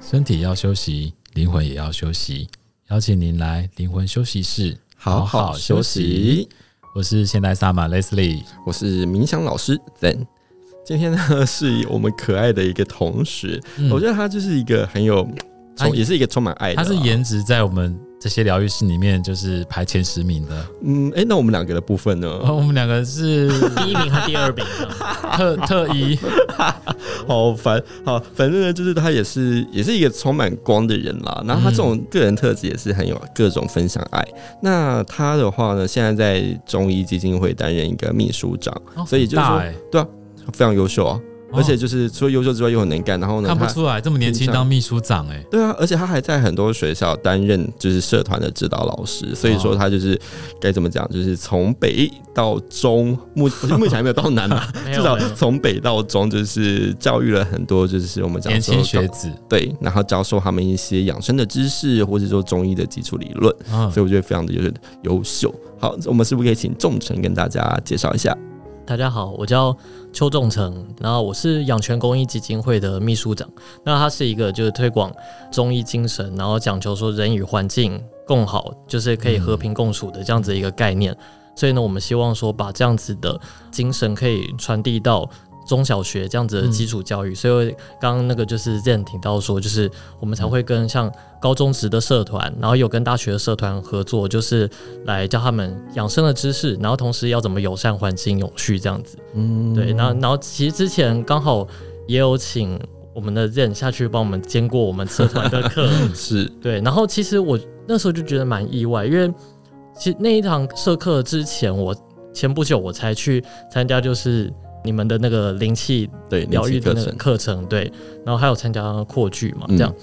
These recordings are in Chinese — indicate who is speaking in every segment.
Speaker 1: 身体要休息，灵魂也要休息。邀请您来灵魂休息室，
Speaker 2: 好好休息。
Speaker 1: 我是现代萨满 Leslie，
Speaker 2: 我是冥想老师 Zen。今天呢，是我们可爱的一个同学，
Speaker 1: 嗯
Speaker 2: 我觉得他就是一个很有，
Speaker 1: 他
Speaker 2: 充也是一个充满爱的
Speaker 1: 他
Speaker 2: 啦。
Speaker 1: 是颜值在我们这些疗愈室里面就是排前十名的，
Speaker 2: 嗯，哎、那我们两个的部分呢？
Speaker 1: 然后我们两个是
Speaker 3: 第一名和第二名这样。
Speaker 1: 特特一，
Speaker 2: 好烦，好，反正呢，就是他也是也是一个充满光的人啦。然后他这种个人特质也是很有各种分享爱。那他的话呢，现在在中医基金会担任一个秘书长，
Speaker 1: 哦
Speaker 2: 所以就是
Speaker 1: 很
Speaker 2: 说
Speaker 1: 大欸
Speaker 2: 非常优秀啊。
Speaker 1: 哦
Speaker 2: 而且就是除了优秀之外又很能干，然后呢，
Speaker 1: 看不
Speaker 2: 他
Speaker 1: 出来这么年轻当秘书长哎、
Speaker 2: 对啊，而且他还在很多学校担任就是社团的指导老师，所以
Speaker 3: 哦
Speaker 2: 说他就是该怎么讲，就是从北到中， 目目前还没有到南啊，
Speaker 3: 没
Speaker 2: 至
Speaker 3: 有
Speaker 2: 少
Speaker 3: 没有
Speaker 2: 从北到中就是教育了很多，就是我们讲
Speaker 1: 年
Speaker 2: 说
Speaker 1: 轻学子，
Speaker 2: 对，然后教授他们一些养生的知识，或者说中医的基础理论，
Speaker 1: 嗯，
Speaker 2: 所以我觉得非常的优秀优秀。好，我们是不是可以请仲成跟大家介绍一下？
Speaker 3: 大家好，我叫邱仲成，然后我是养泉公益基金会的秘书长。那它是一个就是推广中医精神，然后讲求说人与环境共好，就是可以和平共处的这样子一个概念。所以呢，我们希望说把这样子的精神可以传递到。中小学这样子的基础教育，所以刚刚那个就是 Zen 提到说，就是我们才会跟像高中职的社团，然后有跟大学的社团合作，就是来教他们养生的知识，然后同时要怎么友善环境、永续这样子。
Speaker 2: 嗯，
Speaker 3: 对，然后然后其实之前刚好也有请我们的 Zen 下去帮我们兼过我们社团的课，
Speaker 2: 是
Speaker 3: 对，然后其实我那时候就觉得蛮意外，因为其实那一堂社课之前我，前不久我才去参加，就是你们的那个灵气
Speaker 2: 对
Speaker 3: 疗愈的
Speaker 2: 课
Speaker 3: 那个
Speaker 2: 程，
Speaker 3: 课程，对，然后还有参加扩剧嘛，
Speaker 2: 嗯
Speaker 3: 这样。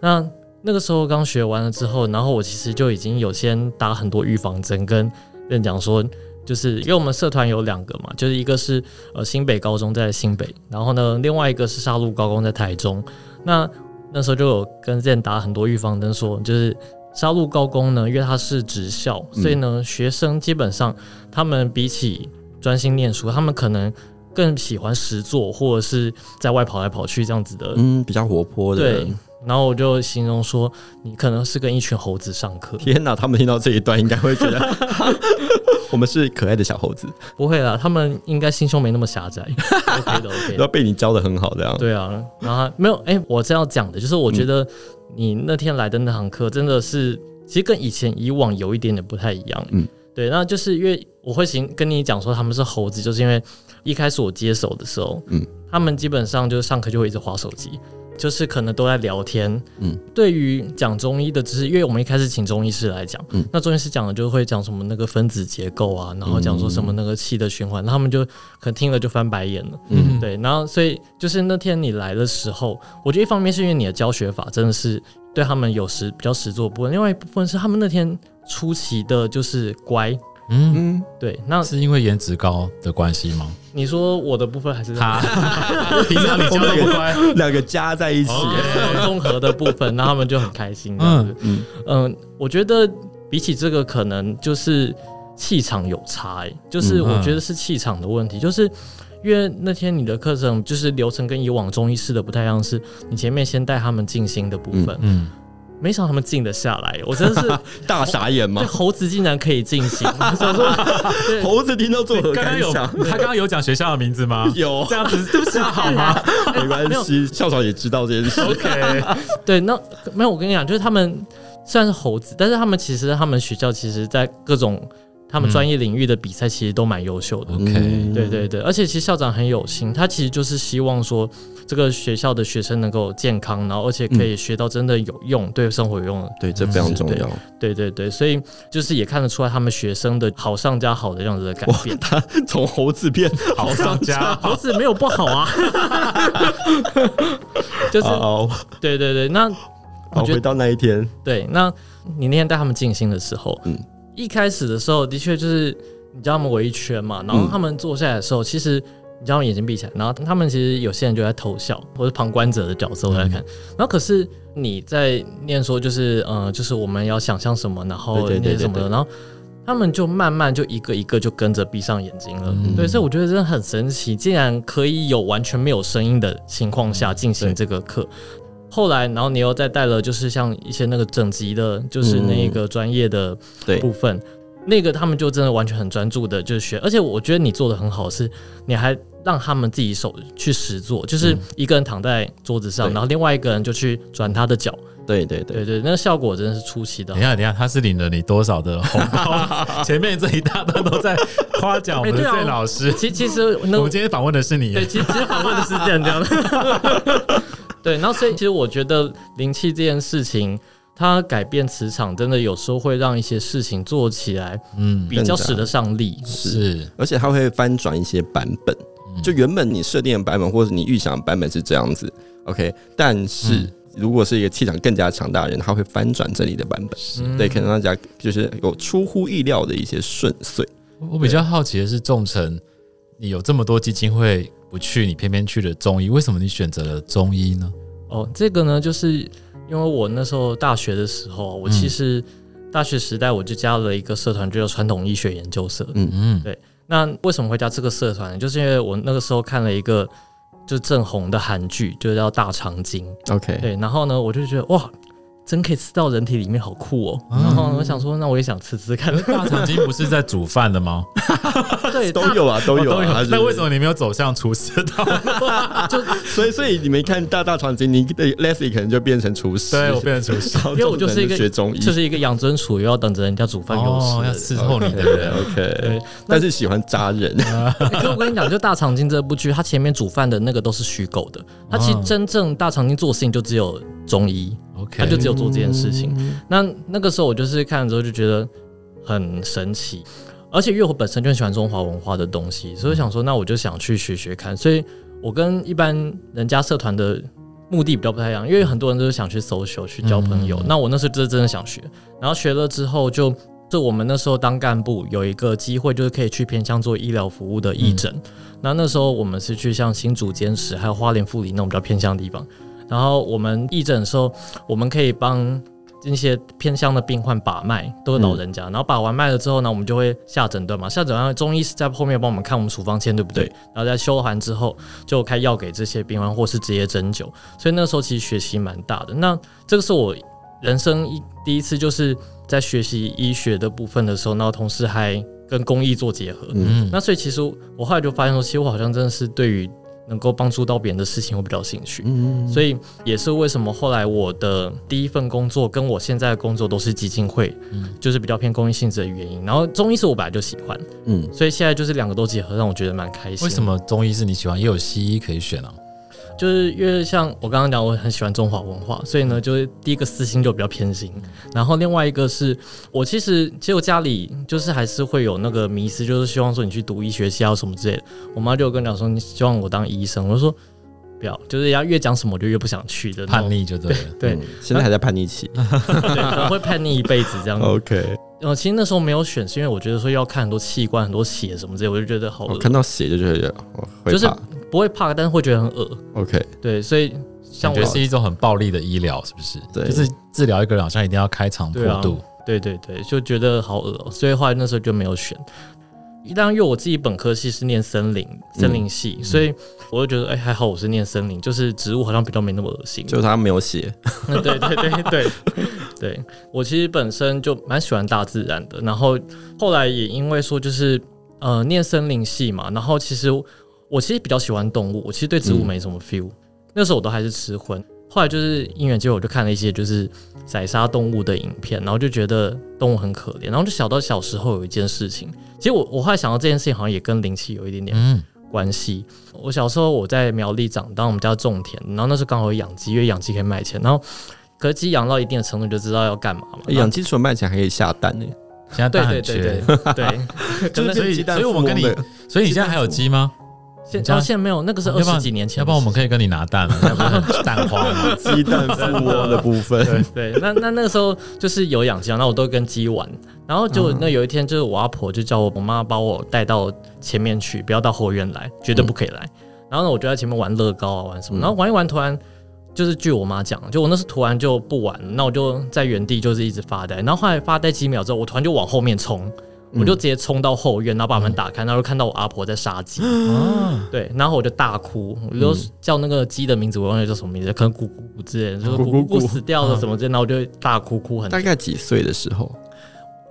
Speaker 3: 那那个时候刚学完了之后，然后我其实就已经有先打很多预防针，跟人讲说，就是因为我们社团有两个嘛，就是一个是呃新北高中在新北，然后呢，另外一个是沙鹿高工在台中。那那时候就有跟 Zen 打很多预防针，说就是沙鹿高工呢，因为它是职校，
Speaker 2: 嗯
Speaker 3: 所以呢，学生基本上他们比起专心念书，他们可能更喜欢实作或者是在外跑来跑去这样子的。
Speaker 2: 嗯，比较活泼的人
Speaker 3: 对。然后我就形容说，你可能是跟一群猴子上课，
Speaker 2: 天哪，他们听到这一段应该会觉得我们是可爱的小猴子，
Speaker 3: 不会啦，他们应该心胸没那 么狭窄，OK 的，OK
Speaker 2: 然后
Speaker 3: 的。
Speaker 2: 被你教的很好这样。
Speaker 3: 对啊，然后他没有，哎、我这要讲的就是，我觉
Speaker 2: 嗯
Speaker 3: 得你那天来的那堂课真的是，其实跟以前以往有一点点不太一样。
Speaker 2: 嗯
Speaker 3: 嗯，对，那就是因为我会行跟你讲说他们是猴子，就是因为一开始我接手的时候，
Speaker 2: 嗯
Speaker 3: 嗯，他们基本上就是上课就会一直划手机，就是可能都在聊天。
Speaker 2: 嗯
Speaker 3: 嗯，对于讲中医的知识，因为我们一开始请中医师来讲，
Speaker 2: 嗯
Speaker 3: 那中医师讲的就会讲什么那个分子结构啊，然后
Speaker 2: 嗯
Speaker 3: 讲说什么那个气的循环，他们就可能听了就翻白眼了。
Speaker 2: 嗯
Speaker 1: 嗯，
Speaker 3: 对，然后所以就是那天你来的时候，我觉得一方面是因为你的教学法真的是对他们有时比较实做的部分，另外一部分是他们那天出奇的就是乖。
Speaker 1: 嗯，
Speaker 2: 嗯，
Speaker 3: 对，那
Speaker 1: 是因为颜值高的关系 吗？
Speaker 3: 你说我的部分还是
Speaker 1: 他平常你教的不乖，
Speaker 2: 嗯两个加在一起，
Speaker 3: 对综合的部分，那他们就很开心。
Speaker 1: 嗯
Speaker 3: 嗯
Speaker 2: 嗯
Speaker 3: 嗯，我觉得比起这个，可能就是气场有差、欸，就是
Speaker 2: 嗯
Speaker 3: 我觉得是气场的问题，就是。因为那天你的课程就是流程跟以往中医师的不太一样，是你前面先带他们静心的部分，
Speaker 1: 嗯，
Speaker 3: 没想到他们静得下来，我真的是
Speaker 2: 大傻眼
Speaker 3: 对
Speaker 2: 嘛。
Speaker 3: 猴子竟然可以静 心，我想说对
Speaker 2: 猴子听到作何
Speaker 1: 刚刚
Speaker 2: 感
Speaker 1: 有
Speaker 2: 想？
Speaker 1: 他刚刚有讲学校的名字吗？
Speaker 2: 有
Speaker 1: 这样子对不起好 吗
Speaker 2: 没关系，校长也知道这件事。
Speaker 1: ？OK，
Speaker 3: 对，那没有我跟你讲，就是他们虽然是猴子，但是他们其实他们学校其实在各种他们专业领域的比赛其实都蛮优秀的。
Speaker 1: OK
Speaker 2: 嗯
Speaker 3: 对对对，而且其实校长很有心，他其实就是希望说这个学校的学生能够健康，然后而且可
Speaker 2: 嗯
Speaker 3: 以学到真的有用、对生活有用的
Speaker 2: 对，这非常重要。
Speaker 3: 对对对，所以就是也看得出来他们学生的好上加好的这样子的改变。
Speaker 2: 他从猴子变
Speaker 1: 好上家，
Speaker 3: 猴子没有不好啊，就是
Speaker 2: 好，
Speaker 3: 对对对，那
Speaker 2: 好回到那一天，
Speaker 3: 对，那你那天带他们静心的时候，
Speaker 2: 嗯
Speaker 3: 一开始的时候的确就是你叫他们围一圈嘛，然后他们坐下来的时候，其实你叫他们眼睛闭起来，然后他们其实有些人就在偷笑，或是旁观者的角色我在看，
Speaker 2: 嗯
Speaker 3: 然后可是你在念说就是呃，就是我们要想象什么，然后
Speaker 2: 对对对
Speaker 3: 念什么
Speaker 2: 对
Speaker 3: 的，然后。他们就慢慢就一个一个就跟着闭上眼睛了，
Speaker 1: 嗯
Speaker 3: 对，所以我觉得真的很神奇，竟然可以有完全没有声音的情况下进
Speaker 2: 对
Speaker 3: 行这个课，后来，然后你又再带了，就是像一些那个整集的，就是那个专业
Speaker 1: 嗯
Speaker 3: 的
Speaker 2: 对
Speaker 3: 部分，那个他们就真的完全很专注的，就是学。而且我觉得你做的很好，是你还让他们自己手去实做，
Speaker 1: 嗯
Speaker 3: 就是一个人躺在桌子上，
Speaker 2: 对
Speaker 3: 然后另外一个人就去转他的脚，
Speaker 2: 对对对
Speaker 3: 对对，那个效果真的是出奇的
Speaker 1: 等一。下，等一下，他是领了你多少的红包？前面这一大段都在夸奖我们的
Speaker 3: 哎对啊
Speaker 1: 郑老师。
Speaker 3: 其其实那
Speaker 1: 我们今天访问的是你，
Speaker 3: 对，其实其实访问的是这 样这样的。对，然后所以其实我觉得灵气这件事情，它改变磁场，真的有时候会让一些事情做起来
Speaker 1: 嗯，
Speaker 3: 比较使得上力。
Speaker 1: 是
Speaker 2: 而且它会翻转一些版本，就原本你设定的版本或者你预想的版本是这样子，OK，但是
Speaker 1: 嗯
Speaker 2: 如果是一个气场更加强大的人，他会翻转这里的版本，
Speaker 1: 是。
Speaker 3: 嗯
Speaker 2: 对，可能大家就是有出乎意料的一些顺遂。
Speaker 1: 我比较好奇的是，众诚，你有这么多基金会不去，你偏偏去了中医，为什么你选择了中医呢？
Speaker 3: 哦，这个呢，就是因为我那时候大学的时候，我其实大学时代我就加了一个社团，就叫传统医学研究社。
Speaker 1: 嗯
Speaker 3: 那为什么会加这个社团呢？就是因为我那个时候看了一个就正红的韩剧，就叫《大长今》。
Speaker 2: OK，
Speaker 3: 对，然后呢，我就觉得哇，真可以吃到人体里面，好酷哦。然后呢我想说，那我也想吃吃看
Speaker 1: 可。是大肠经不是在煮饭的 吗？
Speaker 3: 对，
Speaker 2: 都有啊，都有
Speaker 1: 哦
Speaker 2: 啊，它是
Speaker 1: 那为什么你没有走向厨师道？
Speaker 2: 所以所以你没看大大长今，你的 Leslie 可能就变成厨师，
Speaker 1: 对我变成厨师，
Speaker 2: 然后
Speaker 3: 因为我就是一个
Speaker 2: 可能学中医，
Speaker 3: 就是一个养尊处优，要等着人家煮饭给我吃
Speaker 1: 哦，
Speaker 3: 的
Speaker 1: 要
Speaker 3: 人。
Speaker 1: 伺候 你的
Speaker 2: 对
Speaker 1: 人。
Speaker 2: OK，
Speaker 3: 对
Speaker 2: 但是喜欢扎人，
Speaker 3: 可是我跟你 讲，就《大长今》这部剧，它前面煮饭的那个都是虚构的，它其实
Speaker 1: 哦
Speaker 3: 真正《大长今》做的事情就只有中医，
Speaker 1: OK，嗯
Speaker 3: 它就只有做这件事情。那那个时候我就是看了之后就觉得很神奇，而且因为我本身就很喜欢中华文化的东西，所以我想说，那我就想去学学看。所以我跟一般人家社团的目的比较不太一样，因为很多人都是想去 social 去交朋友。
Speaker 1: 嗯
Speaker 3: 那我那时候就是真的想学，然后学了之后就。就我们那时候当干部有一个机会，就是可以去偏向做医疗服务的义
Speaker 1: 嗯
Speaker 3: 诊。那那时候我们是去像新竹坚持，还有花莲富里那种比较偏向的地方。然后我们义诊的时候，我们可以帮那些偏乡的病患把脉，都是老人家。
Speaker 2: 嗯
Speaker 3: 然后把完脉了之后呢，我们就会下诊断嘛。下诊断，中医是在后面帮我们看我们处方签对不对？
Speaker 2: 对
Speaker 3: 然后在修完之后，就开药给这些病患，或是直接针灸。所以那时候其实学习蛮大的。那这个是我人生一第一次就是在学习医学的部分的时候，然后同时还跟公益做结合。
Speaker 2: 嗯
Speaker 1: 嗯，
Speaker 3: 那所以其实我后来就发现说，其实我好像真的是对于能够帮助到别人的事情，我比较有兴趣。
Speaker 2: 嗯，
Speaker 3: 所以也是为什么后来我的第一份工作跟我现在的工作都是基金会，
Speaker 1: 嗯
Speaker 3: 就是比较偏公益性质的原因。然后中医是我本来就喜欢，
Speaker 2: 嗯，
Speaker 3: 所以现在就是两个都结合，让我觉得蛮开心。
Speaker 1: 为什？么中医是你喜欢，也有西医可以选啊？
Speaker 3: 就是因为像我刚刚讲，我很喜欢中华文化，所以
Speaker 1: 嗯
Speaker 3: 呢，就是第一个私心就比较偏心，然后另外一个是我其实其实我家里就是还是会有那个迷思，就是希望说你去读医学系啊什么之类的。我妈就有跟我讲说，你希望我当医生，我就说不要，就是要越讲什么我就越不想去的那
Speaker 1: 叛
Speaker 3: 种。
Speaker 1: 逆就对了。
Speaker 3: 对
Speaker 2: 嗯，现在还在叛逆期
Speaker 3: 对，可能会叛逆一辈子这样
Speaker 2: 哦
Speaker 3: 子。
Speaker 2: ，OK，
Speaker 3: 呃，其实那时候没有选，是因为我觉得说要看很多器官、很多血什么之类，我就觉得好
Speaker 2: 我
Speaker 3: 恶，
Speaker 2: 哦看到血就觉得我会
Speaker 3: 就是
Speaker 2: 怕
Speaker 3: 不会怕，但是会觉得很恶。
Speaker 2: OK，
Speaker 3: 对，所以像
Speaker 1: 感
Speaker 3: 我
Speaker 1: 觉，是一种很暴力的医疗，是不是？
Speaker 2: 对
Speaker 1: 就是治疗一个人好像一定要开肠破
Speaker 3: 对啊
Speaker 1: 肚。
Speaker 3: 对对对，就觉得好恶、哦，所以后来那时候就没有选。当然，因为我自己本科系是念森林
Speaker 2: 嗯
Speaker 3: 森林系，所以我就觉得，哎、还好我是念森林，就是植物好像比较没那么恶心。
Speaker 2: 就是他没有血，
Speaker 3: 对对对对 对，我其实本身就蛮喜欢大自然的，然后后来也因为说就是呃念森林系嘛，然后其实我其实比较喜欢动物，我其实对植物
Speaker 2: 嗯
Speaker 3: 没什么 feel，、那时候我都还是吃荤。后来就是因缘机会，我就看了一些就是宰杀动物的影片，然后就觉得动物很可怜，然后就想到小时候有一件事情，其实我我后来想到这件事情好像也跟灵气有一点点
Speaker 1: 嗯，
Speaker 3: 关系。我小时候我在苗栗长大，我们家种田，然后那时候刚好有养鸡，因为养鸡可以卖钱。然后可是鸡养到一定的程度，你就知道要干嘛嘛。
Speaker 2: 哎养鸡除了卖钱还可以下蛋呢，
Speaker 1: 现在
Speaker 3: 对
Speaker 1: 蛋
Speaker 3: 对
Speaker 1: 很
Speaker 3: 对
Speaker 1: 缺，
Speaker 3: 对对， 可
Speaker 2: 就是
Speaker 3: 能
Speaker 1: 所以
Speaker 2: 鸡蛋
Speaker 1: 所以我们跟你
Speaker 2: 富翁的
Speaker 1: 所以你现在还有鸡吗？
Speaker 3: 现
Speaker 1: 你家
Speaker 3: 哦现在没有，那个是
Speaker 1: 要
Speaker 3: 二
Speaker 1: 不然
Speaker 3: 十几年前
Speaker 1: 要
Speaker 3: 的事情，
Speaker 1: 不然我们可以跟你拿蛋啊，那不是很蛋花吗？
Speaker 2: 鸡 蛋富翁的部分，
Speaker 3: 对，那那那个时候就是有养鸡啊，那我都跟鸡玩，然后就那有一天就是我阿婆就叫我我妈把我带到前面去，不要到后院来，绝对不可以来。然后呢，我就在前面玩乐高啊，玩什么，然后玩一玩，突然就是据我妈讲，就我那时候突然就不玩，那我就在原地就是一直发呆，然后后来发呆几秒之后，我突然就往后面冲，
Speaker 2: 嗯
Speaker 3: 我就直接冲到后院，然后把门打开，然后就看到我阿婆在杀鸡，
Speaker 1: 啊，
Speaker 3: 对，然后我就大哭，我就叫那个鸡的名字，我忘记叫什么名字，可能咕咕咕之类的，就是
Speaker 2: 咕咕
Speaker 3: 咕咕咕
Speaker 2: 咕
Speaker 3: 死掉
Speaker 1: 嗯
Speaker 3: 了什么之类的，然后我就大哭哭很久
Speaker 2: 大。概几岁的时 候？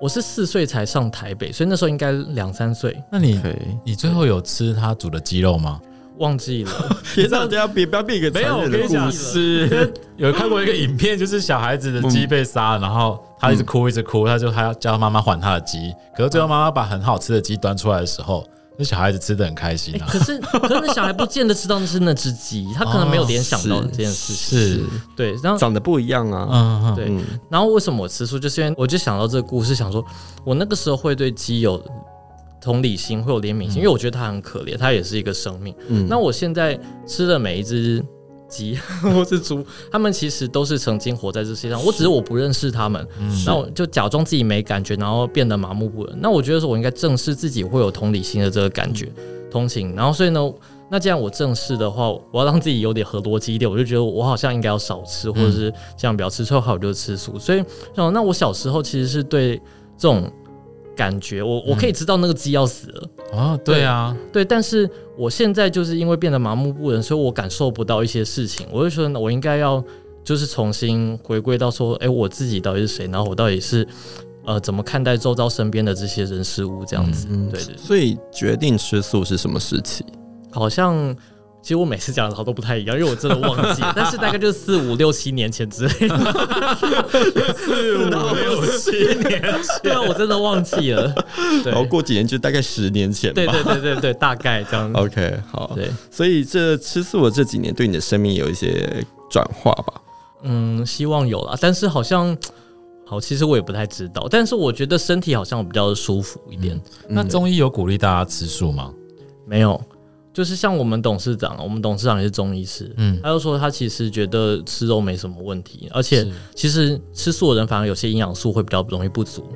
Speaker 3: 我是四岁才上台北，所以那时候应该两三岁，
Speaker 1: 那你
Speaker 2: 可以，
Speaker 1: 你最后有吃他煮的鸡肉吗？
Speaker 3: 忘 记了。
Speaker 2: 别这样，不要别不要变一个
Speaker 1: 没有，
Speaker 2: 残
Speaker 1: 我
Speaker 2: 忍
Speaker 1: 跟你
Speaker 2: 的故
Speaker 1: 讲，
Speaker 2: 事。
Speaker 1: 是有看过一个影片，就是小孩子的鸡被杀了，然后他一直哭，一直哭，他就还要叫他妈妈还他的鸡。可是最后妈妈把很好吃的鸡端出来的时候，那小孩子吃的很开心啊。
Speaker 3: 可是，可是那小孩不见得知道那是那只鸡，他可能没有联想到
Speaker 2: 哦是
Speaker 3: 这件事情。
Speaker 1: 是，
Speaker 3: 对，然后
Speaker 2: 长得不一样啊。
Speaker 1: 嗯，嗯
Speaker 3: 对
Speaker 2: 嗯，
Speaker 3: 然后为什么我吃素，就是因为我就想到这个故事，想说我那个时候会对鸡有同理心，会有怜悯心，因为我觉得它很可怜，它也是一个生命。
Speaker 2: 嗯
Speaker 3: 那我现在吃的每一只鸡 或是猪，它们其实都是曾经活在这世界上，我只是我不认识它们，
Speaker 2: 嗯
Speaker 3: 那我就假装自己没感觉，然后变得麻木不仁。那我觉得说，我应该正视自己会有同理心的这个感觉、
Speaker 2: 嗯
Speaker 3: 同情。然后所以呢，那既然我正视的话，我要让自己有点合逻辑一点，我就觉得我好像应该要少吃，或者是这样不要吃，最后我就吃素。所以，哦，那我小时候其实是对这种感觉，我我
Speaker 1: 嗯
Speaker 3: 可以知道那个鸡要死了。
Speaker 1: 哦，对啊，
Speaker 3: 对，但是我现在就是因为变得麻木不仁，所以我感受不到一些事情。我就觉得我应该要就是重新回归到说，哎，我自己到底是谁？然后我到底是呃怎么看待周遭身边的这些人事物这样子？
Speaker 2: 嗯
Speaker 3: 对对，对
Speaker 2: 所以决定吃素是什么时期？
Speaker 3: 好像。其实我每次讲的好都不太一样，因为我真的忘 记，但是大概就是四五六七年前之类的。
Speaker 1: 四五六七年，
Speaker 3: 对啊，我真的忘记了。对
Speaker 2: 然后过几年就大概十年前吧。
Speaker 3: 对对对对对，大概这样 子。
Speaker 2: OK，好。
Speaker 3: 对，
Speaker 2: 所以这吃素的这几年对你的生命有一些转化吧？
Speaker 3: 嗯，希望有啦，但是好像好，其实我也不太知道，但是我觉得身体好像比较舒服一点。
Speaker 1: 那中医有鼓励大家吃素吗？
Speaker 3: 没有，就是像我们董事长，我们董事长也是中医师，
Speaker 1: 嗯，
Speaker 3: 他就说他其实觉得吃肉没什么问题，而且
Speaker 1: 是
Speaker 3: 其实吃素的人反而有些营养素会比较容易不足。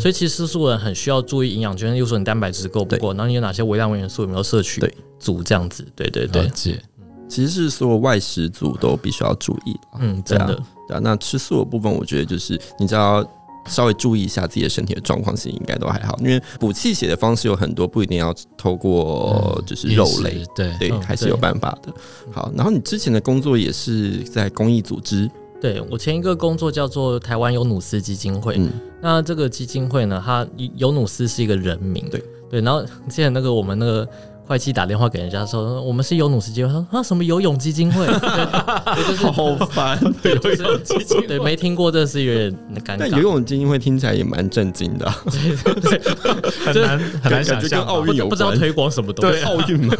Speaker 3: 所以其实吃素的人很需要注意营养，就是例如说你蛋白质够不够，然后你有哪些微量元素有没有摄取
Speaker 2: 对
Speaker 3: 足这样子，对对
Speaker 1: 了
Speaker 3: 对，
Speaker 1: 解，
Speaker 2: 其实是所有外食族都必须要注意啦
Speaker 3: 嗯，真的，
Speaker 2: 对啊，那吃素的部分，我觉得就是你只要稍微注意一下自己的身体的状况，其实应该都还好。因为补气血的方式有很多，不一定要透过就是肉类，
Speaker 1: 饮食，对，
Speaker 2: 对，
Speaker 3: 嗯
Speaker 2: 还是有
Speaker 3: 对嗯
Speaker 2: 办法的。好，然后你之前的工作也是在公益组织，
Speaker 3: 对我前一个工作叫做台湾有努斯基金会，
Speaker 2: 嗯，
Speaker 3: 那这个基金会呢，它尤努斯是一个人名，
Speaker 2: 对
Speaker 3: 对。然后之前那个我们那个会计打电话给人家说，我们是尤努斯基金会，他说啊什么游泳基金会，
Speaker 2: 好烦。
Speaker 3: 对，就是游泳基金会，对，没听过，真的是有点尴
Speaker 2: 但游
Speaker 3: 尬，
Speaker 2: 泳基金会听起来也蛮震惊 的啊、
Speaker 1: 很难很难想
Speaker 2: 感觉跟
Speaker 1: 象
Speaker 2: 奥
Speaker 1: 吧。
Speaker 2: 运有
Speaker 3: 不不知道
Speaker 2: 关。
Speaker 3: 推广什么东西。
Speaker 2: 奥运嘛，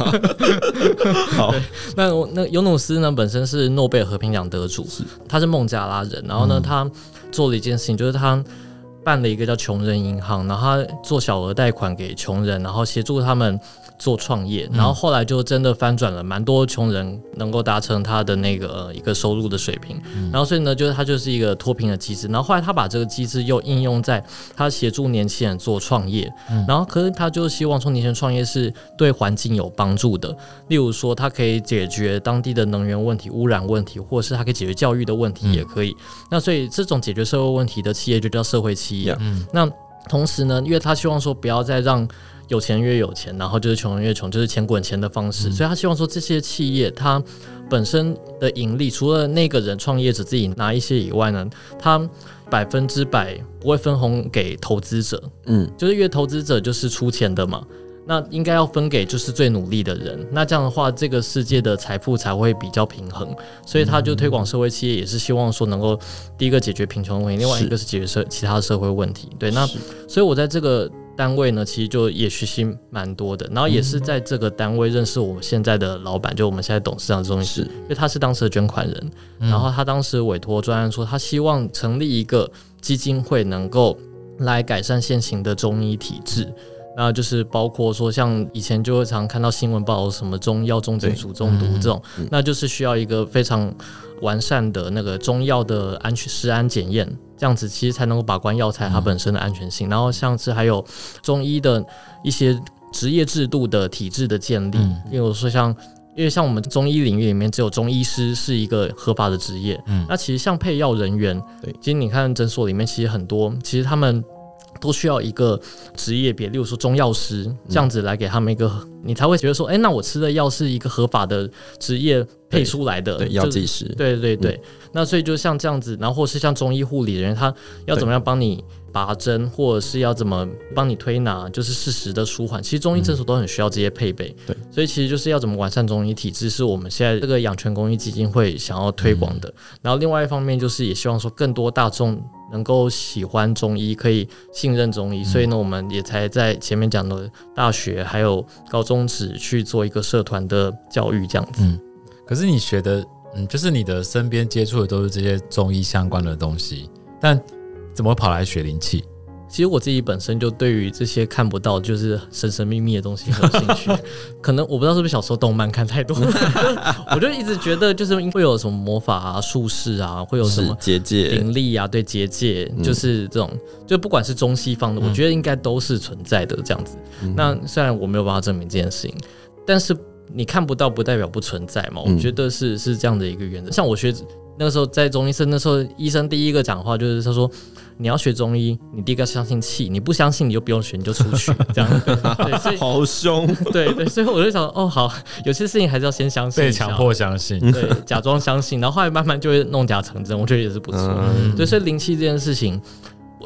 Speaker 2: 好，
Speaker 3: 那我那尤努斯呢，本身是诺贝尔和平奖得主，他是孟加拉人，然后呢，他做了一件事情，就是他办了一个叫穷人银行，然后他做小额贷款给穷人，然后协助他们做创业，然后后来就真的翻转了蛮多穷人能够达成他的那个、呃一个收入的水平，然后所以呢，就是他就是一个脱贫的机制，然后后来他把这个机制又应用在他协助年轻人做创业，然后可是他就希望说年轻人创业是对环境有帮助的，例如说，它可以解决当地的能源问题、污染问题，或者是它可以解决教育的问题，也可以。那所以这种解决社会问题的企业就叫社会企业。
Speaker 1: 嗯
Speaker 3: 那同时呢，因为他希望说不要再让有钱人越有钱，然后就是穷人越穷，就是钱滚钱的方式。所以他希望说这些企业它本身的盈利，除了那个人创业者自己拿一些以外呢，它百分之百不会分红给投资者，
Speaker 2: 嗯，
Speaker 3: 就是因为投资者就是出钱的嘛，那应该要分给就是最努力的人。那这样的话，这个世界的财富才会比较平衡。所以他就推广社会企业，也是希望说能够第一个解决贫穷问题，另外
Speaker 2: 是
Speaker 3: 一个是解决社其他的社会问题。对，那
Speaker 2: 是
Speaker 3: 所以我在这个单位呢，其实就也学习蛮多的，然后也是在这个单位认识我们现在的老板，就我们现在董事长这种
Speaker 2: 是
Speaker 3: 因为他是当时的捐款人，
Speaker 1: 嗯
Speaker 2: 嗯
Speaker 3: 然后他当时委托专案说，他希望成立一个基金会，能够来改善现行的中医体制。那就是包括说，像以前就会常看到新闻报道什么中药重金属中毒
Speaker 1: 对嗯
Speaker 3: 这种，
Speaker 2: 嗯
Speaker 3: 那就是需要一个非常完善的那个中药的安全食安检验，这样子其实才能够把关药材它本身的安全
Speaker 2: 嗯
Speaker 3: 性。然后像是还有中医的一些职业制度的体制的建立，
Speaker 1: 嗯
Speaker 3: 例如说像。因为像我们中医领域里面，只有中医师是一个合法的职业。
Speaker 1: 嗯
Speaker 3: 那其实像配药人员，
Speaker 2: 对
Speaker 3: 其实你看诊所里面，其实很多，其实他们都需要一个职业别，例如说中药师
Speaker 2: 嗯
Speaker 3: 这样子来给他们一个，你才会觉得说，哎、那我吃的药是一个合法的职业配出来的，
Speaker 2: 对，药
Speaker 3: 呃就是
Speaker 2: 剂师，
Speaker 3: 对对对，那所以就像这样子，然后或是像中医护理人，他要怎么样帮你拔针，或者是要怎么帮你推拿，就是适时的舒缓。其实中医诊所都很需要这些配备，
Speaker 2: 对，
Speaker 3: 所以其实就是要怎么完善中医体制，是我们现在这个养全公益基金会想要推广的。然后另外一方面就是也希望说更多大众。能够喜欢中医，可以信任中医，所以呢，我们也才在前面讲的大学还有高中只去做一个社团的教育，这样子。
Speaker 1: 嗯可是你学的，嗯，就是你的身边接触的都是这些中医相关的东西，但怎么跑来学灵气？
Speaker 3: 其实我自己本身就对于这些看不到、就是神神秘秘的东西很有兴趣。可能我不知道是不是小时候动漫看太多， 我就一直觉得就是会有什么魔法啊、术士啊，会有什
Speaker 2: 是
Speaker 3: 么
Speaker 2: 结界，
Speaker 3: 灵力啊，对结界，就是这种，就不管是中西方的，我觉得应该都是存在的这样子。那虽然我没有办法证明这件事情，但是你看不到不代表不存在嘛，我
Speaker 2: 嗯
Speaker 3: 觉得是、是这样的一个原则。像我学那个时候在中医生，那时候医生第一个讲话就是他说。你要学中医，你第一个相信气，你不相信你就不用学，你就出去这样。对，所 以
Speaker 2: 好凶，
Speaker 3: 对对，所以我就想，哦，好，有些事情还是要先相信
Speaker 1: 被
Speaker 3: 一下
Speaker 1: 强迫相信，
Speaker 3: 对，假装相信，然后后来慢慢就会弄假成真，我觉得也是不错。
Speaker 2: 嗯
Speaker 3: 对，所以灵气这件事情，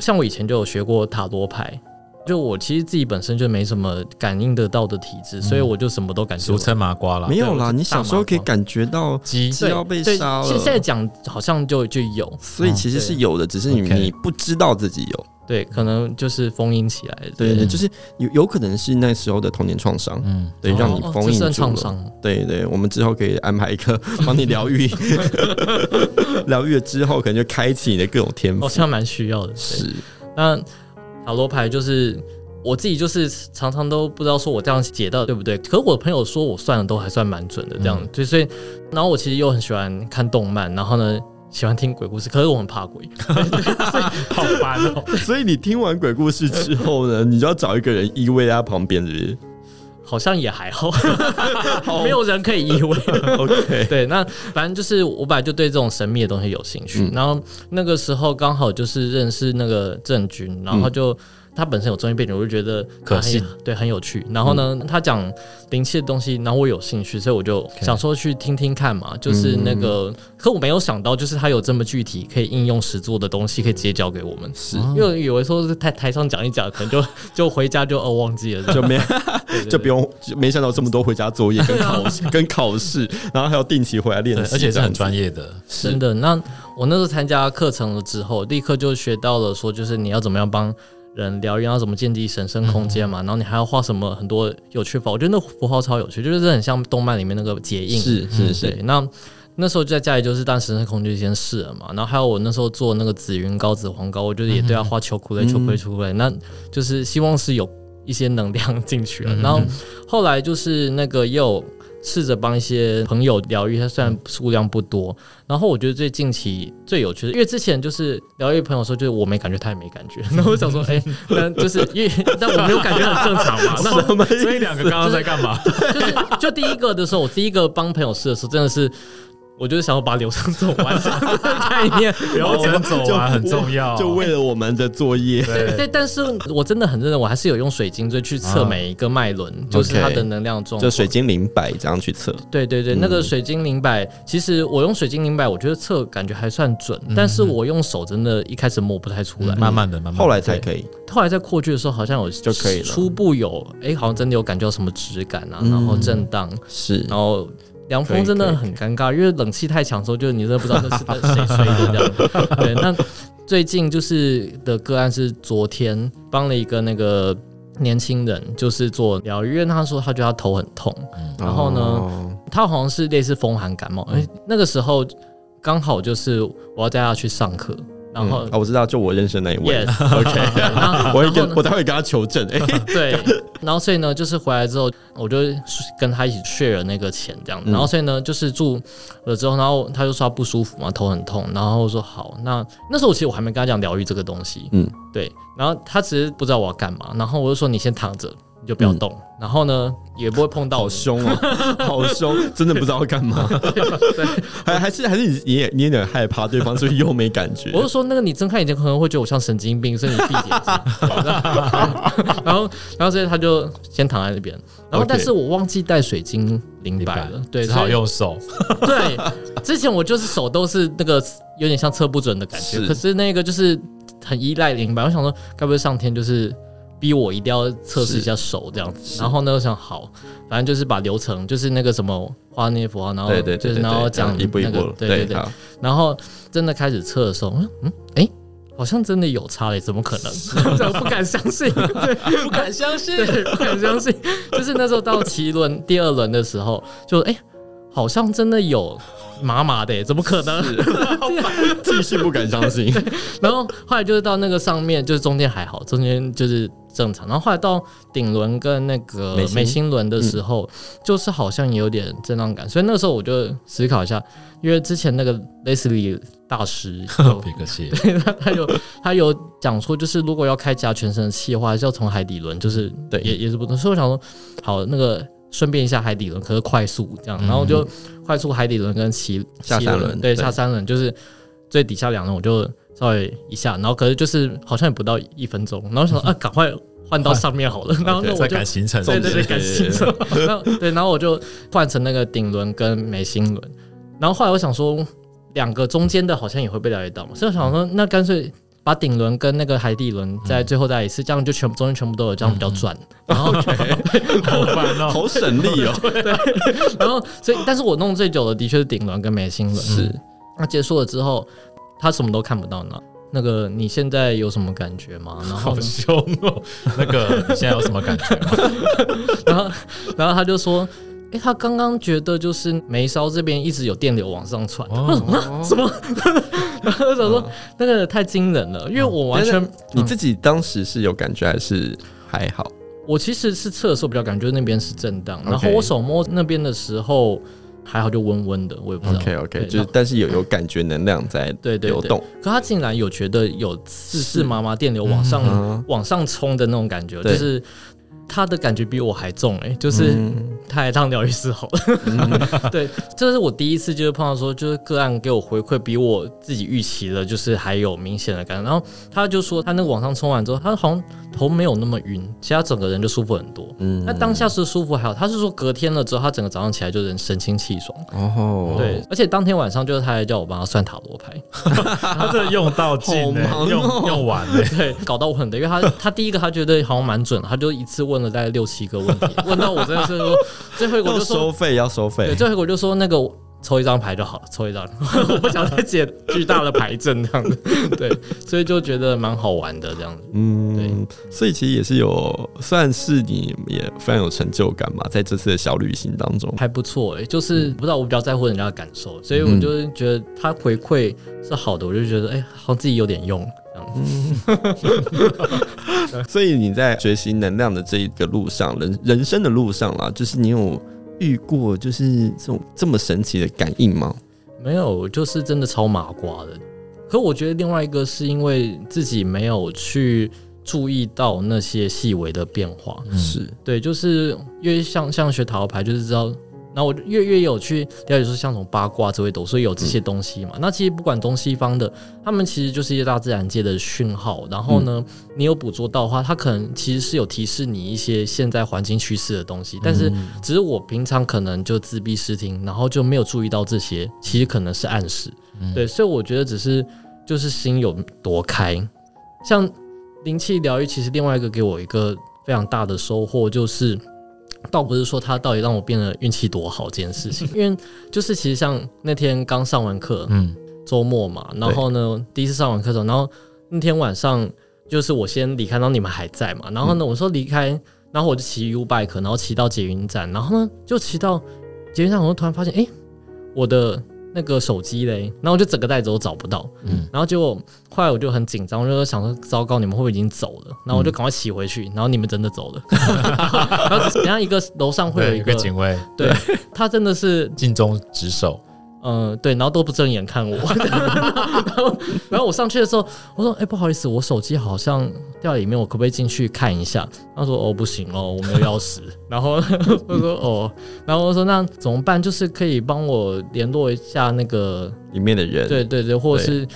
Speaker 3: 像我以前就有学过塔罗牌，就我其实自己本身就没什么感应得到的体质，
Speaker 2: 嗯
Speaker 3: 所以我就什么都感觉
Speaker 1: 俗
Speaker 3: 不到。
Speaker 1: 称麻瓜啦
Speaker 2: 没，有
Speaker 3: 对
Speaker 2: 啦，
Speaker 3: 我是
Speaker 2: 你小时候可以感觉到
Speaker 1: 鸡
Speaker 2: 鸡要被
Speaker 3: 对，
Speaker 2: 杀了，
Speaker 3: 现现在讲好像就就有，
Speaker 2: 所以其实是有的，只是你
Speaker 1: OK
Speaker 2: 你不知道自己有。
Speaker 3: 对，可能就是封印起来的。
Speaker 2: 对对对，
Speaker 1: 嗯
Speaker 2: 就是有有可能是那时候的童年创伤，
Speaker 1: 嗯，
Speaker 2: 对，
Speaker 3: 哦，
Speaker 2: 让你
Speaker 3: 哦
Speaker 2: 封
Speaker 3: 这
Speaker 2: 印
Speaker 3: 算
Speaker 2: 住
Speaker 3: 创
Speaker 2: 了。
Speaker 3: 伤。
Speaker 2: 对对，我们之后可以安排一个 帮你疗愈，疗愈了之后可能就开启你的各种天赋
Speaker 1: 哦
Speaker 3: 好。像哦蛮需要的，对
Speaker 2: 是，
Speaker 3: 那塔罗牌就是我自己，就是常常都不知道说我这样解到对不对。可是我朋友说我算的都还算蛮准的，这样、
Speaker 1: 嗯
Speaker 3: 对，所以然后我其实又很喜欢看动漫，然后呢喜欢听鬼故事，可是我很怕鬼。
Speaker 1: 好烦哦。
Speaker 2: 所以你听完鬼故事之后呢，你就要找一个人依偎在他旁边，是不 是？
Speaker 3: 好像也还好，
Speaker 2: 哦
Speaker 3: 没有人可以依偎。
Speaker 2: OK，
Speaker 3: 对，那反正就是我本来就对这种神秘的东西有兴趣，然后那个时候刚好就是认识那个郑钧，然后就、他本身有中医背景，我就觉得他
Speaker 1: 可
Speaker 3: 很
Speaker 1: 信
Speaker 3: 对很有趣。然后呢，他讲灵气的东西，然后我有兴趣，所以我就想说去听听看嘛。就是那个，可我没有想到，就是他有这么具体可以应用实作的东西，可以直接教给我们。
Speaker 2: 是
Speaker 3: 因为我以为说是台台上讲一讲，可能就 就回家就哦忘记了，
Speaker 2: 就没
Speaker 3: 对对
Speaker 2: 就不用，就没想到这么多回家作业跟考试跟考试，然后还要定期回来练
Speaker 1: 啊对，
Speaker 2: 习，
Speaker 1: 而且是很
Speaker 2: 这样
Speaker 1: 专业的，
Speaker 3: 真的。那我那时候参加课程了之后，立刻就学到了说，就是你要怎么样帮人疗愈，要怎么建立神圣空间嘛，然后你还要画什么很多有趣符号，我觉得那符号超有趣，就是很像动漫里面那个结印。
Speaker 2: 子。是
Speaker 1: 嗯
Speaker 2: 是是，
Speaker 3: 对，那。那时候就在家里，就是当神圣空间先试了嘛，然后还有我那时候做那个紫云膏、紫黄膏，我就是也对它画球苦类、球盔、球类，那就是希望是有一些能量进去了。然后后来就是那个也有试着帮一些朋友疗愈，它虽然数量不多，然后我觉得最近期最有趣的，因为之前就是疗愈朋友说，就是我没感觉，他也没感觉， 然后我想说，哎、那就是因为 但我没有感觉很正常嘛，那
Speaker 2: 什 么意思
Speaker 1: 所以两个刚刚在干嘛？
Speaker 3: 就是就第一个的时候，我第一个帮朋友试的时候，真的是。我就是想要把流程走完， 这样子的概念。
Speaker 1: 流程走完很重要，啊
Speaker 2: 就为了我们的作业，
Speaker 1: 哦对
Speaker 3: 对，但是我真的很认真，我还是有用水晶锥去测
Speaker 1: 啊
Speaker 3: 每一个脉轮，就是它
Speaker 2: 嗯 OK
Speaker 3: 的能量状
Speaker 2: 就
Speaker 3: 况。
Speaker 2: 水嗯晶零百这样去测，
Speaker 1: 嗯
Speaker 3: 对对对，那个水晶灵摆，其实我用水晶灵摆，我觉得测感觉还算准，
Speaker 2: 嗯
Speaker 3: 但是我用手真的一开始摸不太出来。
Speaker 1: 慢慢的，慢慢的
Speaker 2: 后来才可以。
Speaker 3: 后来在扩距的时候，好像有就
Speaker 2: 可以了嗯
Speaker 3: 初步有，哎，好像真的有感觉到什么质感啊，然后震荡，
Speaker 2: 是
Speaker 3: 然后凉风真的很尴尬，因为冷气太强的时候，就是你真的不知道那是谁吹的这样。对，那最近就是的个案是昨天帮了一个那个年轻人，就是做疗愈，因为他说他觉得他头很痛，然后呢
Speaker 2: 嗯哦嗯
Speaker 3: 他好像是类似风寒感冒，哎、那个时候刚好就是我要带他去上课，然后、
Speaker 2: 嗯 啊，我知道，就我认识那一位
Speaker 3: yes
Speaker 2: ，OK，
Speaker 3: 那
Speaker 2: 我会跟我待会跟他求证，哎，
Speaker 3: 对，然后所以呢，就是回来之后，我就跟他一起 share 那个钱这样，
Speaker 2: 嗯
Speaker 3: 然后所以呢，就是住了之后，然后他就说他不舒服嘛，头很痛，然后我说好，那那时候我其实我还没跟他讲疗愈这个东西，
Speaker 2: 嗯
Speaker 3: 嗯，对，然后他只是不知道我要干嘛，然后我就说你先躺着，你就不要动。然后呢，也不会碰到
Speaker 2: 好
Speaker 3: 你。
Speaker 2: 凶哦， 好凶，真的不知道干嘛。还 还是还是你你也你也有点害怕对方，所以又没感觉。
Speaker 3: 我就说那个你睁开眼睛可能会觉得我像神经病，所以你闭眼睛。 然后然后所以他就先躺在那边，然后
Speaker 2: OK
Speaker 3: 但是我忘记带水晶零百了，对，
Speaker 1: 只好
Speaker 3: 所以
Speaker 1: 用手。
Speaker 3: 对，之前我就是手都是那个有点像测不准的感觉，
Speaker 2: 是
Speaker 3: 可是那个就是很依赖灵摆。我想说，该不会上天就是逼我一定要测试一下手这样子？然后呢，我想好，反正就是把流程，就是那个什么画那些符号，然后
Speaker 2: 对对
Speaker 3: 就
Speaker 2: 对
Speaker 3: 是
Speaker 2: 对，
Speaker 3: 然后
Speaker 2: 对
Speaker 3: 讲
Speaker 2: 一步一
Speaker 3: 那个
Speaker 2: 步，
Speaker 3: 对对对，
Speaker 2: 好，
Speaker 3: 然后真的开始测的时候，嗯，哎、诶好像真的有差嘞，怎么可能？ 我不敢相信，对，不敢相信，不敢相信。就是那时候到七轮第二轮的时候，就哎、诶好像真的有麻麻的耶，怎么可能？
Speaker 2: 继续不敢相信。
Speaker 3: 然后后来就是到那个上面，就是中间还好，中间就是正常。然后后来到顶轮跟那个
Speaker 2: 美心
Speaker 3: 美心嗯轮的时候，就是好像有点震荡感，所以那时候我就思考一下，因为之前那个 Leslie 大 师有
Speaker 1: 皮克蟹，
Speaker 3: 他他有他有讲说，就是如果要开加全身的气的话，还是要从海底轮，就是
Speaker 2: 对
Speaker 3: 也也是不同。所以我想说，好那个顺便一下海底轮，可是快速这样，然后就快速海底轮跟七
Speaker 2: 嗯下
Speaker 3: 七
Speaker 2: 三轮对
Speaker 3: 对下三轮就是最底下两轮，我就稍微一下，然后可是就是好像也不到一分钟，然后 想说啊，赶快换到上面好
Speaker 2: 哦
Speaker 3: 了， 然后呢
Speaker 1: 在
Speaker 3: 我就
Speaker 1: 赶行程，
Speaker 3: 对对对，
Speaker 2: 对
Speaker 3: 感
Speaker 2: 对
Speaker 3: 性
Speaker 2: 对
Speaker 3: 车。 然后对，然后我就换成那个顶轮跟眉心轮。然后后来我想说，两个中间的好像也会被了解到嘛，所以我想说，那干脆把顶轮跟那个海底轮在最后再一次，这样就全部中间全部都有，这样比较赚。然后，
Speaker 1: 好烦哦。
Speaker 2: 好省力 哦，
Speaker 3: 然后，所以，但是我弄最久的的确是顶轮跟眉心轮。
Speaker 2: 是
Speaker 3: 那结束了之后，他什么都看不到呢。那个你现在有什么感觉吗？然后
Speaker 1: 好
Speaker 3: 呢
Speaker 1: 凶哦！那个你现在有什么感觉吗？
Speaker 3: 然后，然后他就说：“哎、他刚刚觉得就是眉梢这边一直有电流往上传。
Speaker 1: 哦，
Speaker 3: 什么？ 嗯然后我想说那个太惊人了，因为我完全嗯
Speaker 2: 但是你自己当时是有感觉还是还好？
Speaker 3: 我其实是测的时候比较感觉那边是震荡，
Speaker 2: OK
Speaker 3: 然后我手摸那边的时候还好，就温温的，我也不知道。
Speaker 2: OK OK，
Speaker 3: 对
Speaker 2: 就是但是有有感觉能量在
Speaker 3: 对对
Speaker 2: 流
Speaker 3: 对
Speaker 2: 动，
Speaker 3: 可他竟然有觉得有四
Speaker 2: 是
Speaker 3: 四麻麻电流往上、
Speaker 2: 嗯
Speaker 3: 往上冲的那种感觉，
Speaker 2: 对
Speaker 3: 就是他的感觉比我还重哎、就是。
Speaker 2: 嗯
Speaker 3: 太当疗愈师好了， 对，这是我第一次就是碰到说，就是个案给我回馈比我自己预期的，就是还有明显的感觉。然后他就说，他那个往上冲完之后，他好像头没有那么晕，其实他整个人就舒服很多。
Speaker 2: 嗯
Speaker 3: 那当下是舒服还好，他是说隔天了之后，他整个早上起来就人神清气爽。
Speaker 2: 哦，
Speaker 3: 对，而且当天晚上就是他还叫我帮他算塔罗牌，
Speaker 1: 他这用到尽欸
Speaker 2: 好忙哦
Speaker 1: 用用完欸了。
Speaker 3: 对，搞到我很累，因为他他第一个他觉得好像蛮准的，他就一次问了大概六七个问题， 问到我真的是说， 最后一个我
Speaker 2: 要
Speaker 3: 就说
Speaker 2: 收费要收
Speaker 3: 对，
Speaker 2: 费，
Speaker 3: 最后我就说那个我抽一张牌就好了，抽一张， 我不想再解巨大的牌阵这样子。 对，所以就觉得蛮好玩的这样子。
Speaker 2: 嗯，所以其实也是有算是你也非常有成就感嘛，在这次的小旅行当中，
Speaker 3: 还不错哎、就是不知道我比较在乎人家的感受，所以我
Speaker 2: 嗯
Speaker 3: 就觉得他回馈是好的，我就觉得哎、好像自己有点用这样子。嗯
Speaker 2: 所以你在学习能量的这一个路上，人人生的路上啦，就是你有遇过就是这种这么神奇的感应吗？
Speaker 3: 没有，就是真的超麻瓜的。可我觉得另外一个是因为自己没有去注意到那些细微的变化，
Speaker 2: 是，
Speaker 3: 对，就是因为像像学塔罗牌，就是知道，那我就越越有去了解说像什么八卦、紫微斗数有这些东西嘛。那其实不管东西方的，他们其实就是一些大自然界的讯号。然后呢，你有捕捉到的话，它可能其实是有提示你一些现在环境趋势的东西，但是只是我平常可能就自闭失听，然后就没有注意到这些，其实可能是暗示。对，所以我觉得只是就是心有多开，像灵气疗愈，其实另外一个给我一个非常大的收获就是。倒不是说它到底让我变得运气多好这件事情，因为就是其实像那天刚上完课，
Speaker 1: 嗯，
Speaker 3: 周末嘛，然后呢，第一次上完课的时候，然后那天晚上就是我先离开，然后你们还在嘛，然后呢，我说离开，然后我就骑 U bike，然后骑到捷运站，然后呢就骑到捷运站，我就突然发现，哎、我的那个手机嘞，然后我就整个袋子都找不到，
Speaker 1: 嗯
Speaker 3: 嗯，然后结果后来我就很紧张，我就想说，糟糕，你们会不会已经走了？然后我就赶快骑回去，然后你们真的走了， 然后等一下一个楼上会有
Speaker 1: 对，
Speaker 3: 一
Speaker 1: 有
Speaker 3: 个
Speaker 1: 个，警卫
Speaker 3: 他真的是
Speaker 1: 尽忠职守，
Speaker 3: 嗯，对，然后都不正眼看我， 然后然后我上去的时候，我说，哎、不好意思，我手机好像掉里面，我可不可以进去看一下？他说，哦，不行哦，我没有钥匙。 然后我说，哦，然后我说那怎么办？就是可以帮我联络一下那个，
Speaker 2: 里面的人，
Speaker 3: 对对对，或者
Speaker 2: 对
Speaker 3: 是。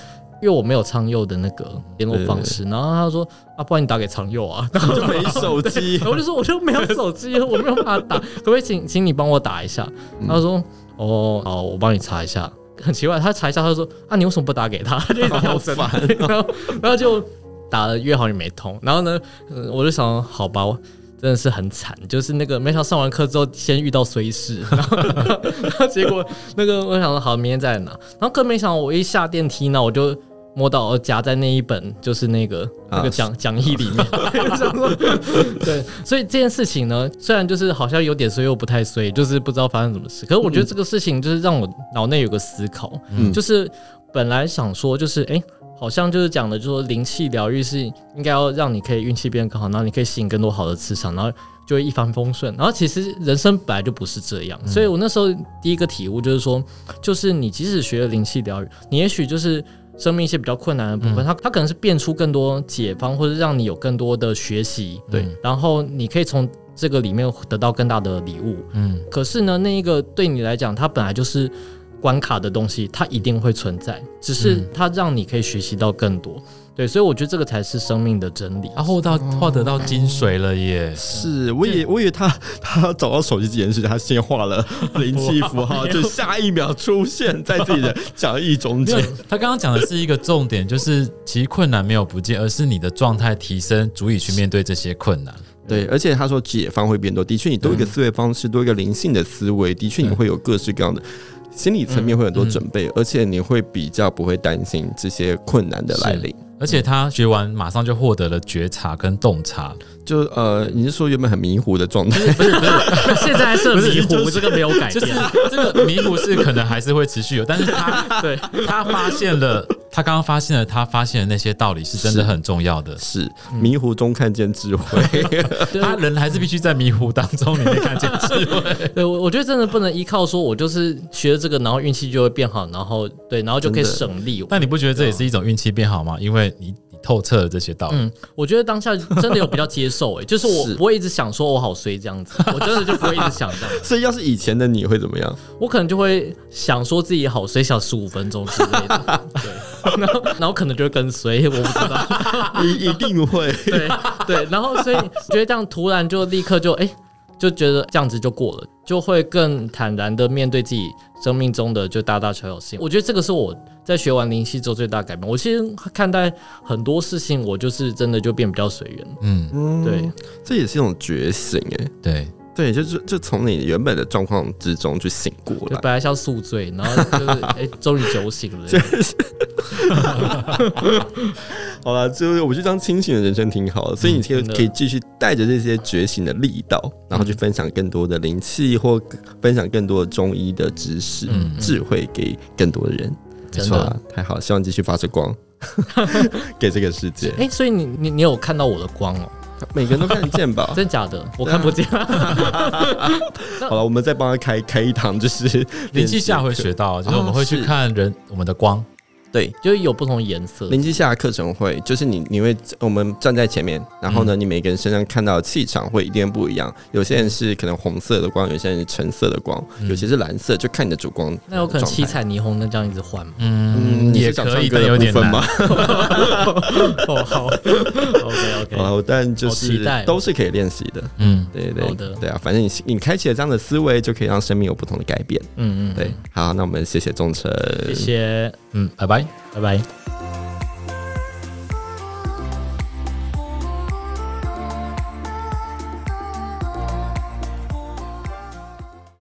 Speaker 3: 因为我没有常佑的那个联络方式，然后他说啊，不然你打给常佑啊，然后
Speaker 2: 就没手机
Speaker 3: 然，后我就说我就没有手机，我没有办法打，可不可以请请你帮我打一下？他说哦，好，我帮你查一下。很奇怪，他查一下，他就说啊，你为什么不打给他？ 他就一直跳针，
Speaker 2: 好烦
Speaker 3: 然后然后就打了约好也没通，然后呢，呃我就想好吧。我真的是很惨，就是那个没想到上完课之后先遇到衰事，然后 然后结果那个我想说好明天再拿，然后更没想到我一下电梯呢，我就摸到我夹在那一本就是那个、那个
Speaker 2: 啊
Speaker 3: 讲讲义里 面，想说对，所以这件事情呢，虽然就是好像有点衰又不太衰，就是不知道发生什么事。可是我觉得这个事情就是让我脑内有个思考，
Speaker 2: 嗯
Speaker 3: 就是本来想说就是哎、诶好像就是讲的，就是说灵气疗愈是应该要让你可以运气变得更好，然后你可以吸引更多好的磁场，然后就会一帆风顺。然后其实人生本来就不是这样，所以我那时候第一个体悟就是说，就是你即使学了灵气疗愈，你也许就是生命一些比较困难的部分，它它可能是变出更多解方，或者让你有更多的学习，
Speaker 1: 对
Speaker 3: 然后你可以从这个里面得到更大的礼物。
Speaker 1: 嗯，
Speaker 3: 可是呢，那一个对你来讲，它本来就是关卡的东西，它一定会存在，只是
Speaker 1: 嗯
Speaker 3: 它让你可以学习到更多。对，所以我觉得这个才是生命的真理。
Speaker 1: 他获啊到获得到精髓了耶！
Speaker 2: 是，我以我以为他他找到手机这件事，他先画了灵气符 号，就下一秒出现在自己的讲义中
Speaker 1: 没
Speaker 2: 间
Speaker 1: 有。， 他刚刚讲的是一个重点，就是其实困难没有不见，而是你的状态提升，足以去面对这些困难。
Speaker 2: 对，而且他说解放会变多，的确，你多一个思维方式，多一个灵性的思维，的确你会有各式各样的心理层面会有很多准备，而且你会比较不会担心这些困难的来临。
Speaker 1: 而且他学完马上就获得了觉察跟洞察，
Speaker 2: 就呃，你是说原本很迷糊的状态？
Speaker 3: 现在还是很迷糊，这个没有改
Speaker 1: 就是
Speaker 3: 变。
Speaker 1: 这个迷糊是可能还是会持续有，但是他
Speaker 3: 对，
Speaker 1: 他发现了，他刚刚发现了，他发现的那些道理是真的很重要的。
Speaker 2: 是嗯迷糊中看见智慧。
Speaker 3: 对
Speaker 1: 他人还是必须在迷糊当中，你没看见 智慧。
Speaker 3: 对，我我觉得真的不能依靠说我就是学了这个，然后运气就会变好，然后对，然后就可以
Speaker 2: 真的
Speaker 3: 省力。
Speaker 1: 但你不觉得这也是一种运气变好吗？因为你你透彻了这些道理。
Speaker 3: 嗯，我觉得当下真的有比较接受、欸，就是我
Speaker 2: 是
Speaker 3: 不会一直想说哦我好衰这样子，我真的就不会一直想这样，
Speaker 2: 所以要是以前的你会怎么样？
Speaker 3: 我可能就会想说自己好衰，想十五分钟之类的， 对，然后然后可能就会跟随，我不知道，
Speaker 2: 一一定会。
Speaker 3: 对对，然后所以觉得这样突然就立刻就哎、欸就觉得这样子就过了，就会更坦然的面对自己生命中的就大大小小事情。我觉得这个是我在学完灵犀之后最大的改变。我其实看待很多事情，我就是真的就变比较随缘。
Speaker 1: 嗯，
Speaker 2: 嗯
Speaker 3: 对，
Speaker 2: 这也是一种觉醒哎。
Speaker 1: 对，
Speaker 2: 对，就是就从你原本的状况之中去醒过
Speaker 3: 就
Speaker 2: 来。
Speaker 3: 本来是要宿醉，然后就是哎，终于酒醒 了。
Speaker 2: 好了，就是我觉得这样清醒的人生挺好的，所以你
Speaker 1: 嗯
Speaker 2: 可以
Speaker 3: 真的
Speaker 2: 可以继续带着这些觉醒的力道，然后去分享更多的灵气，或分享更多的中医的知识、
Speaker 1: 嗯嗯
Speaker 2: 智慧给更多的人。
Speaker 1: 没
Speaker 3: 真
Speaker 1: 错
Speaker 3: 的
Speaker 1: 啊。
Speaker 2: 哇，太好了，希望继续发着 光给这个世界，
Speaker 3: 哎，所以你你你有看到我的光哦？
Speaker 2: 每个人都看得见 吧。
Speaker 3: 真假的？我看不见。
Speaker 2: 好了，我们再帮他开开一堂，就是
Speaker 1: 灵气下回学到，啊就是我们会去
Speaker 2: 嗯啊是
Speaker 1: 看人我们的光。
Speaker 2: 对
Speaker 3: 就是有不同的颜色。
Speaker 2: 灵气下的课程会，就是你你会我们站在前面，然后呢，你每个人身上看到的气场会一定不一样。有些人是可能红色的光，有些人是橙色的光，有些是蓝色，就看你的主光。
Speaker 3: 那有可能七
Speaker 2: 状态。
Speaker 3: 彩霓虹灯这样一直换吗？
Speaker 1: 嗯，
Speaker 2: 你
Speaker 1: 也
Speaker 2: 是想
Speaker 1: 可以，
Speaker 2: 唱歌
Speaker 1: 但
Speaker 2: 的
Speaker 1: 有点
Speaker 2: 部分
Speaker 1: 难
Speaker 2: 吗。？
Speaker 3: 哦，好，OK OK，
Speaker 2: 啊，但就
Speaker 3: 好期
Speaker 2: 是
Speaker 3: 待哦
Speaker 2: 都是可以练习的。
Speaker 1: 嗯，
Speaker 2: 对
Speaker 3: 好
Speaker 2: 对
Speaker 3: 的
Speaker 2: 对啊，反正你你开启了这样的思维，就可以让生命有不同的改变。
Speaker 3: 嗯嗯，
Speaker 2: 对，好，那我们谢谢钟诚，
Speaker 3: 谢谢，
Speaker 1: 嗯，拜拜。
Speaker 3: 拜拜。